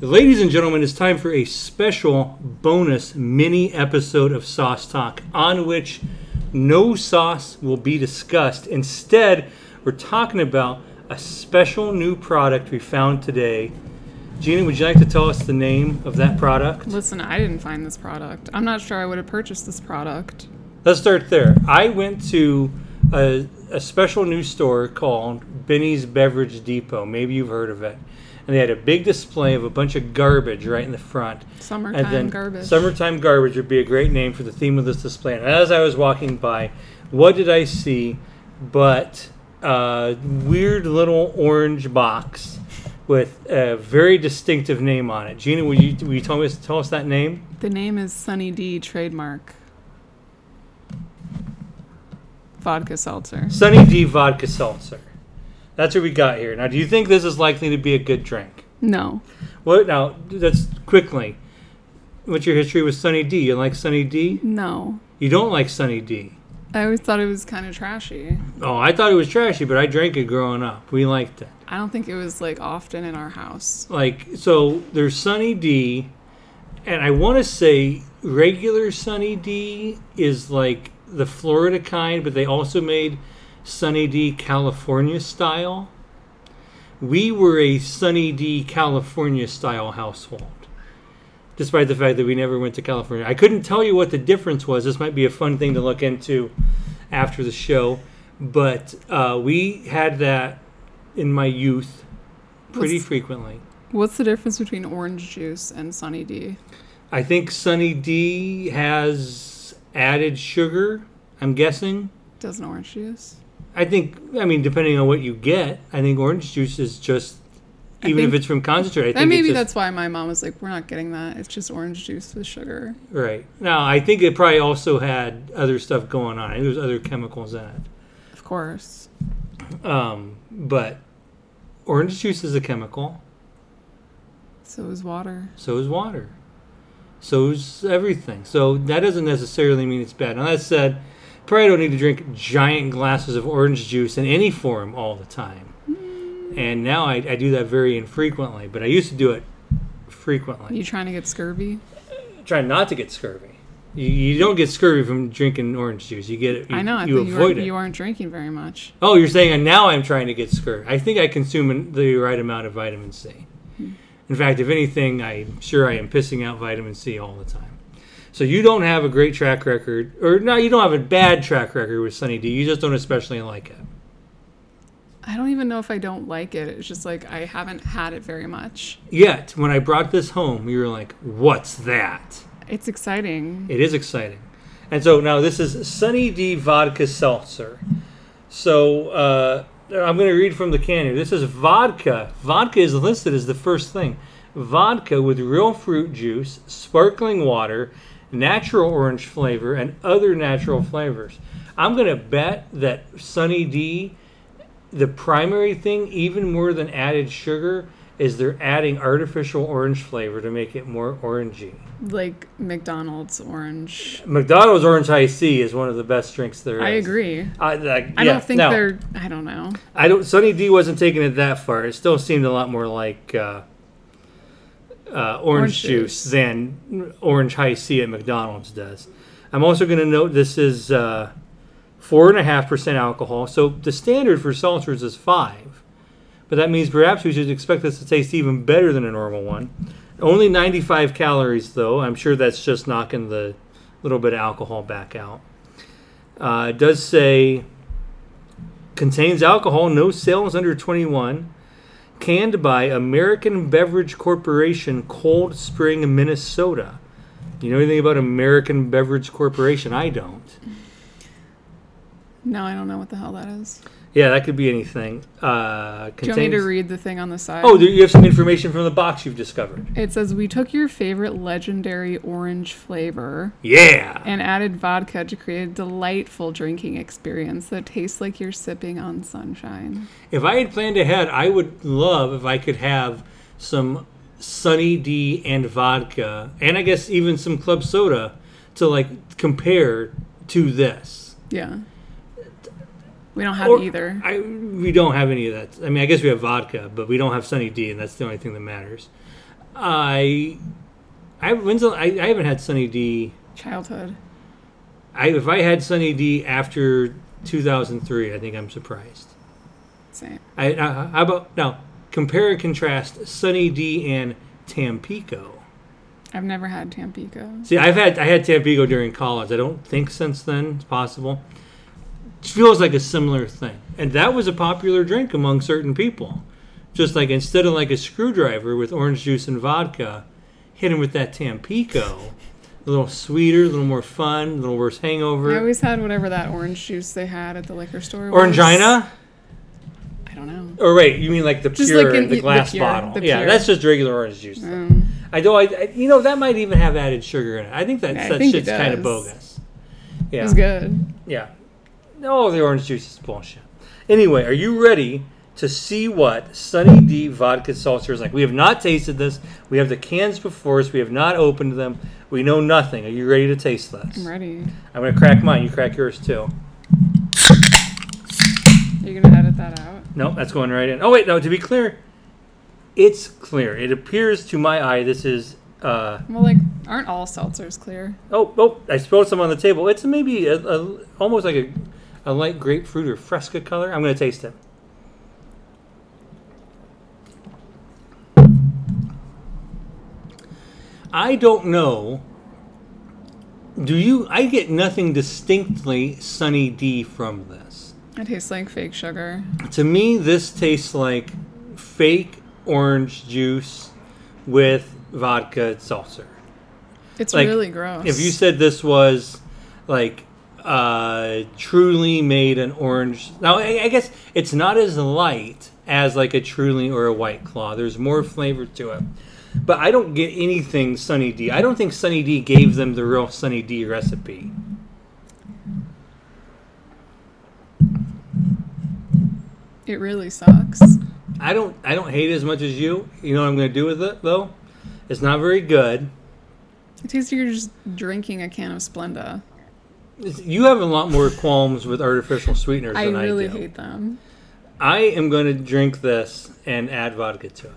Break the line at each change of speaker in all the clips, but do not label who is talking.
Ladies and gentlemen, it's time for a special bonus mini episode of Sauce Talk on which no sauce will be discussed. Instead, we're talking about a special new product we found today. Gina, would you like to tell us the name of that product?
Listen, I didn't find this product. I'm not sure I would have purchased this product.
Let's start there. I went to a, a special new store called Benny's Beverage Depot. Maybe you've heard of it. And they had a big display of a bunch of garbage right in the front.
Summertime
and then
garbage.
Summertime garbage would be a great name for the theme of this display. And as I was walking by, what did I see but a weird little orange box with a very distinctive name on it? Gina, will you, will you tell, us, tell us that name?
the name is Sunny D trademark. Vodka seltzer.
Sunny D Vodka Seltzer. That's what we got here. Now, do you think this is likely to be a good drink?
No.
What now? That's quickly. What's your history with Sunny D? You like Sunny D?
No.
You don't like Sunny D.
I always thought it was kind of trashy.
Oh, I thought it was trashy, but I drank it growing up. We liked it.
I don't think it was like often in our house.
Like so, there's Sunny D, and I want to say regular Sunny D is like the Florida kind, but they also made Sunny D California style. We were a Sunny D California style household. despite the fact that we never went to California. I couldn't tell you what the difference was. This might be a fun thing to look into after the show, but uh, we had that in my youth pretty
What's-
frequently.
What's the difference between orange juice and Sunny D?
I think Sunny D has added sugar. I'm guessing.
Doesn't orange juice?
I think. I mean, depending on what you get, I think orange juice is just.
I
Even if
think-
it's from concentrate, I
That
think
maybe
it's just,
that's why my mom was like, "We're not getting that. It's just orange juice with sugar."
right. Now, I think it probably also had other stuff going on. I think There was other chemicals in it.
Of course.
Um, but orange juice is a chemical.
So is water.
So is water. So is everything. So that doesn't necessarily mean it's bad. Now that said, probably don't need to drink giant glasses of orange juice in any form all the time. And now I, I do that very infrequently, but I used to do it frequently.
You trying to get scurvy?
Try not to get scurvy. You, you don't get scurvy from drinking orange juice. You get it. You,
I know. I
you
think you,
avoid
aren't,
it.
you aren't drinking very much.
Oh, you're saying now I'm trying to get scurvy. I think I consume an- the right amount of vitamin C. In fact, if anything, I'm sure I am pissing out vitamin C all the time. So you don't have a great track record, or no, you don't have a bad track record with Sunny D. You just don't especially like it.
I don't even know if I don't like it. It's just like I haven't had it very much.
Yet, when I brought this home, you were like, "What's that?"
It's exciting.
Mm-hmm. It is exciting. And so now this is Sunny D Vodka Seltzer. So uh, I'm going to read from the can here. This is vodka. Vodka is listed as the first thing. Vodka with real fruit juice, sparkling water, natural orange flavor, and other natural flavors. I'm going to bet that Sunny D, the primary thing, even more than added sugar, is they're adding artificial orange flavor to make it more orangey.
Like McDonald's orange.
McDonald's orange iced tea is one of the best drinks there is.
I agree.
I, like, yeah,
I don't think
no.
they're. I don't know.
I don't. Sunny D wasn't taking it that far. It still seemed a lot more like uh, uh, orange,
Orange
juice
juice.
than orange high C at McDonald's does. I'm also going to note this is uh, four and a half percent alcohol. So the standard for seltzers is five, but that means perhaps we should expect this to taste even better than a normal one. Only 95 calories though. I'm sure that's just knocking the little bit of alcohol back out. Uh, it does say contains alcohol, no sales under 21. Canned by American Beverage Corporation, Cold Spring, Minnesota. You know anything about American Beverage Corporation? I don't.
No, I don't know what the hell that is.
Yeah, that could be anything. Uh,
Do you want me to
contains-
read the thing on the side?
Oh, there, you have some information from the box you've discovered.
It says we took your favorite legendary orange flavor
Yeah.
and added vodka to create a delightful drinking experience that tastes like you're sipping on sunshine.
If I had planned ahead, I would love if I could have some Sunny D and vodka, and I guess even some club soda to like compare to this.
Yeah. We don't have
Or-
either.
I we don't have any of that. I mean, I guess we have vodka, but we don't have Sunny D, and that's the only thing that matters. I, I when's the, I, I haven't had Sunny D.
Childhood.
I if I had Sunny D after 2003, I think I'm surprised.
Same.
I, I how about now compare and contrast Sunny D and Tampico.
I've never had Tampico.
See, I've had I had Tampico during college. I don't think since then it's possible. It feels like a similar thing, and that was a popular drink among certain people. Just like instead of like a screwdriver with orange juice and vodka, hit him with that Tampico. A little sweeter, a little more fun, a little worse hangover.
I always had whatever that orange juice they had at the liquor store. was.
Orangina?
I don't know.
Or wait, you mean like the
Just
pure,
like in-
the
the
glass
pure,
bottle?
the
yeah,
pure.
that's just regular orange juice. though.
Um,
I know. I, I you know that might even have added sugar in it. I think that
I
that
think it
shit's kind of
does.
bogus.
It
Yeah,
was good.
yeah. No, the orange juice is bullshit. Anyway, are you ready to see what Sunny D vodka seltzer is like? We have not tasted this. We have the cans before us. We have not opened them. We know nothing. Are you ready to taste this?
I'm ready.
I'm gonna crack mine. You crack yours too.
You're gonna edit that out.
No, that's going right in. Oh wait, no. To be clear, it's clear. It appears to my eye this is. Uh,
Well, like, aren't all seltzers clear?
Oh, oh! I spilled some on the table. It's maybe a, a, almost like a, a light grapefruit or fresca color. I'm gonna taste it. I don't know. Do you? I get nothing distinctly Sunny D from this.
It tastes like fake sugar.
To me, this tastes like fake orange juice with vodka seltzer.
It's
Like,
really gross.
If you said this was like uh, truly made an orange, now I, I guess it's not as light as like a truly or a white claw. There's more flavor to it, but I don't get anything Sunny D. I don't think Sunny D gave them the real Sunny D recipe.
it really sucks.
I don't I don't hate it as much as you. You know what I'm going to do with it though? It's not very good.
It tastes like you're just drinking a can of Splenda.
It's- You have a lot more qualms with artificial sweeteners
I
than I,
really
do.
hate them.
I am going to drink this and add vodka to it.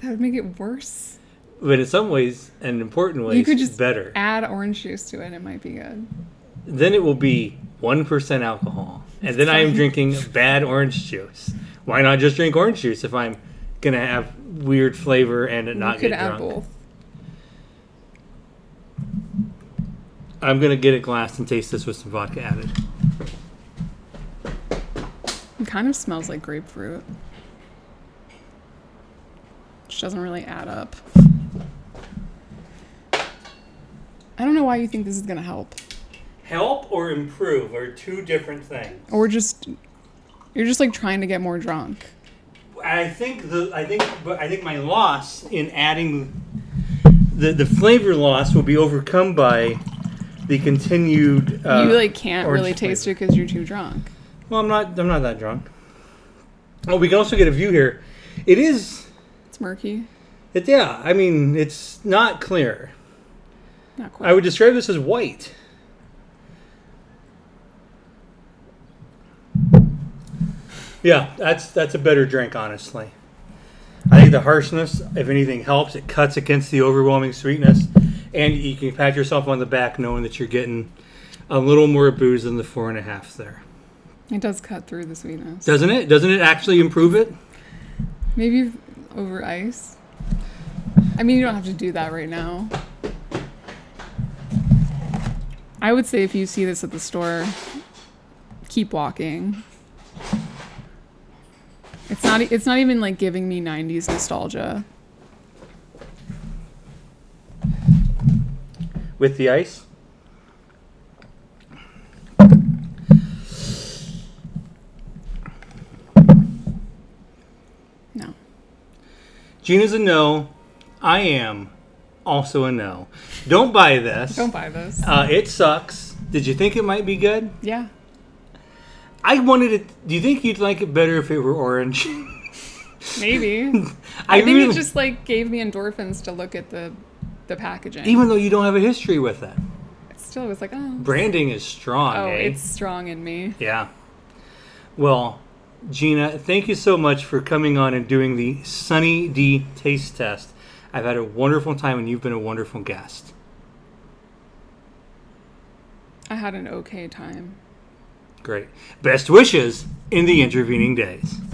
That would make it worse.
but in some ways and important ways,
You could just
better.
add orange juice to it. It might be good.
then it will be one percent alcohol, and then I am drinking bad orange juice. Why not just drink orange juice if I'm gonna have weird flavor and not
you could
get
add
drunk?
both.
I'm gonna get a glass and taste this with some vodka added.
It kind of smells like grapefruit, which doesn't really add up. I don't know why you think this is gonna help,
Help or improve are two different things.
or just you're just like trying to get more drunk.
I think the I think but I think my loss in adding the the flavor loss will be overcome by the continued. Uh,
you like can't
orange
really taste it
flavor.
because you're too drunk.
Well, I'm not. I'm not that drunk. Oh, we can also get a view here. It is.
It's murky,
It, yeah. I mean, it's not clear.
not quite.
I would describe this as white. Yeah, that's that's a better drink, honestly. I think the harshness, if anything, helps. It cuts against the overwhelming sweetness, and you can pat yourself on the back knowing that you're getting a little more booze than the four and a half there,
it does cut through the sweetness.
doesn't it? Doesn't it actually improve it?
Maybe if- over ice. I mean, you don't have to do that right now. I would say if you see this at the store, keep walking. It's not. e- It's not even like giving me '90s nostalgia.
with the ice.
No.
Gina's a no. I am also a no. Don't buy this.
Don't buy this.
Uh, it sucks. Did you think it might be good?
Yeah.
I wanted it. Do you think you'd like it better if it were orange?
Maybe.
I,
I think
really,
it just like gave me endorphins to look at the, the packaging.
even though you don't have a history with it,
It still was like, oh,
branding is strong.
oh,
eh?
it's strong in me.
yeah. Well, Gina, thank you so much for coming on and doing the Sunny D taste test. I've had a wonderful time, and you've been a wonderful guest.
I had an okay time.
Great. Best wishes in the intervening days.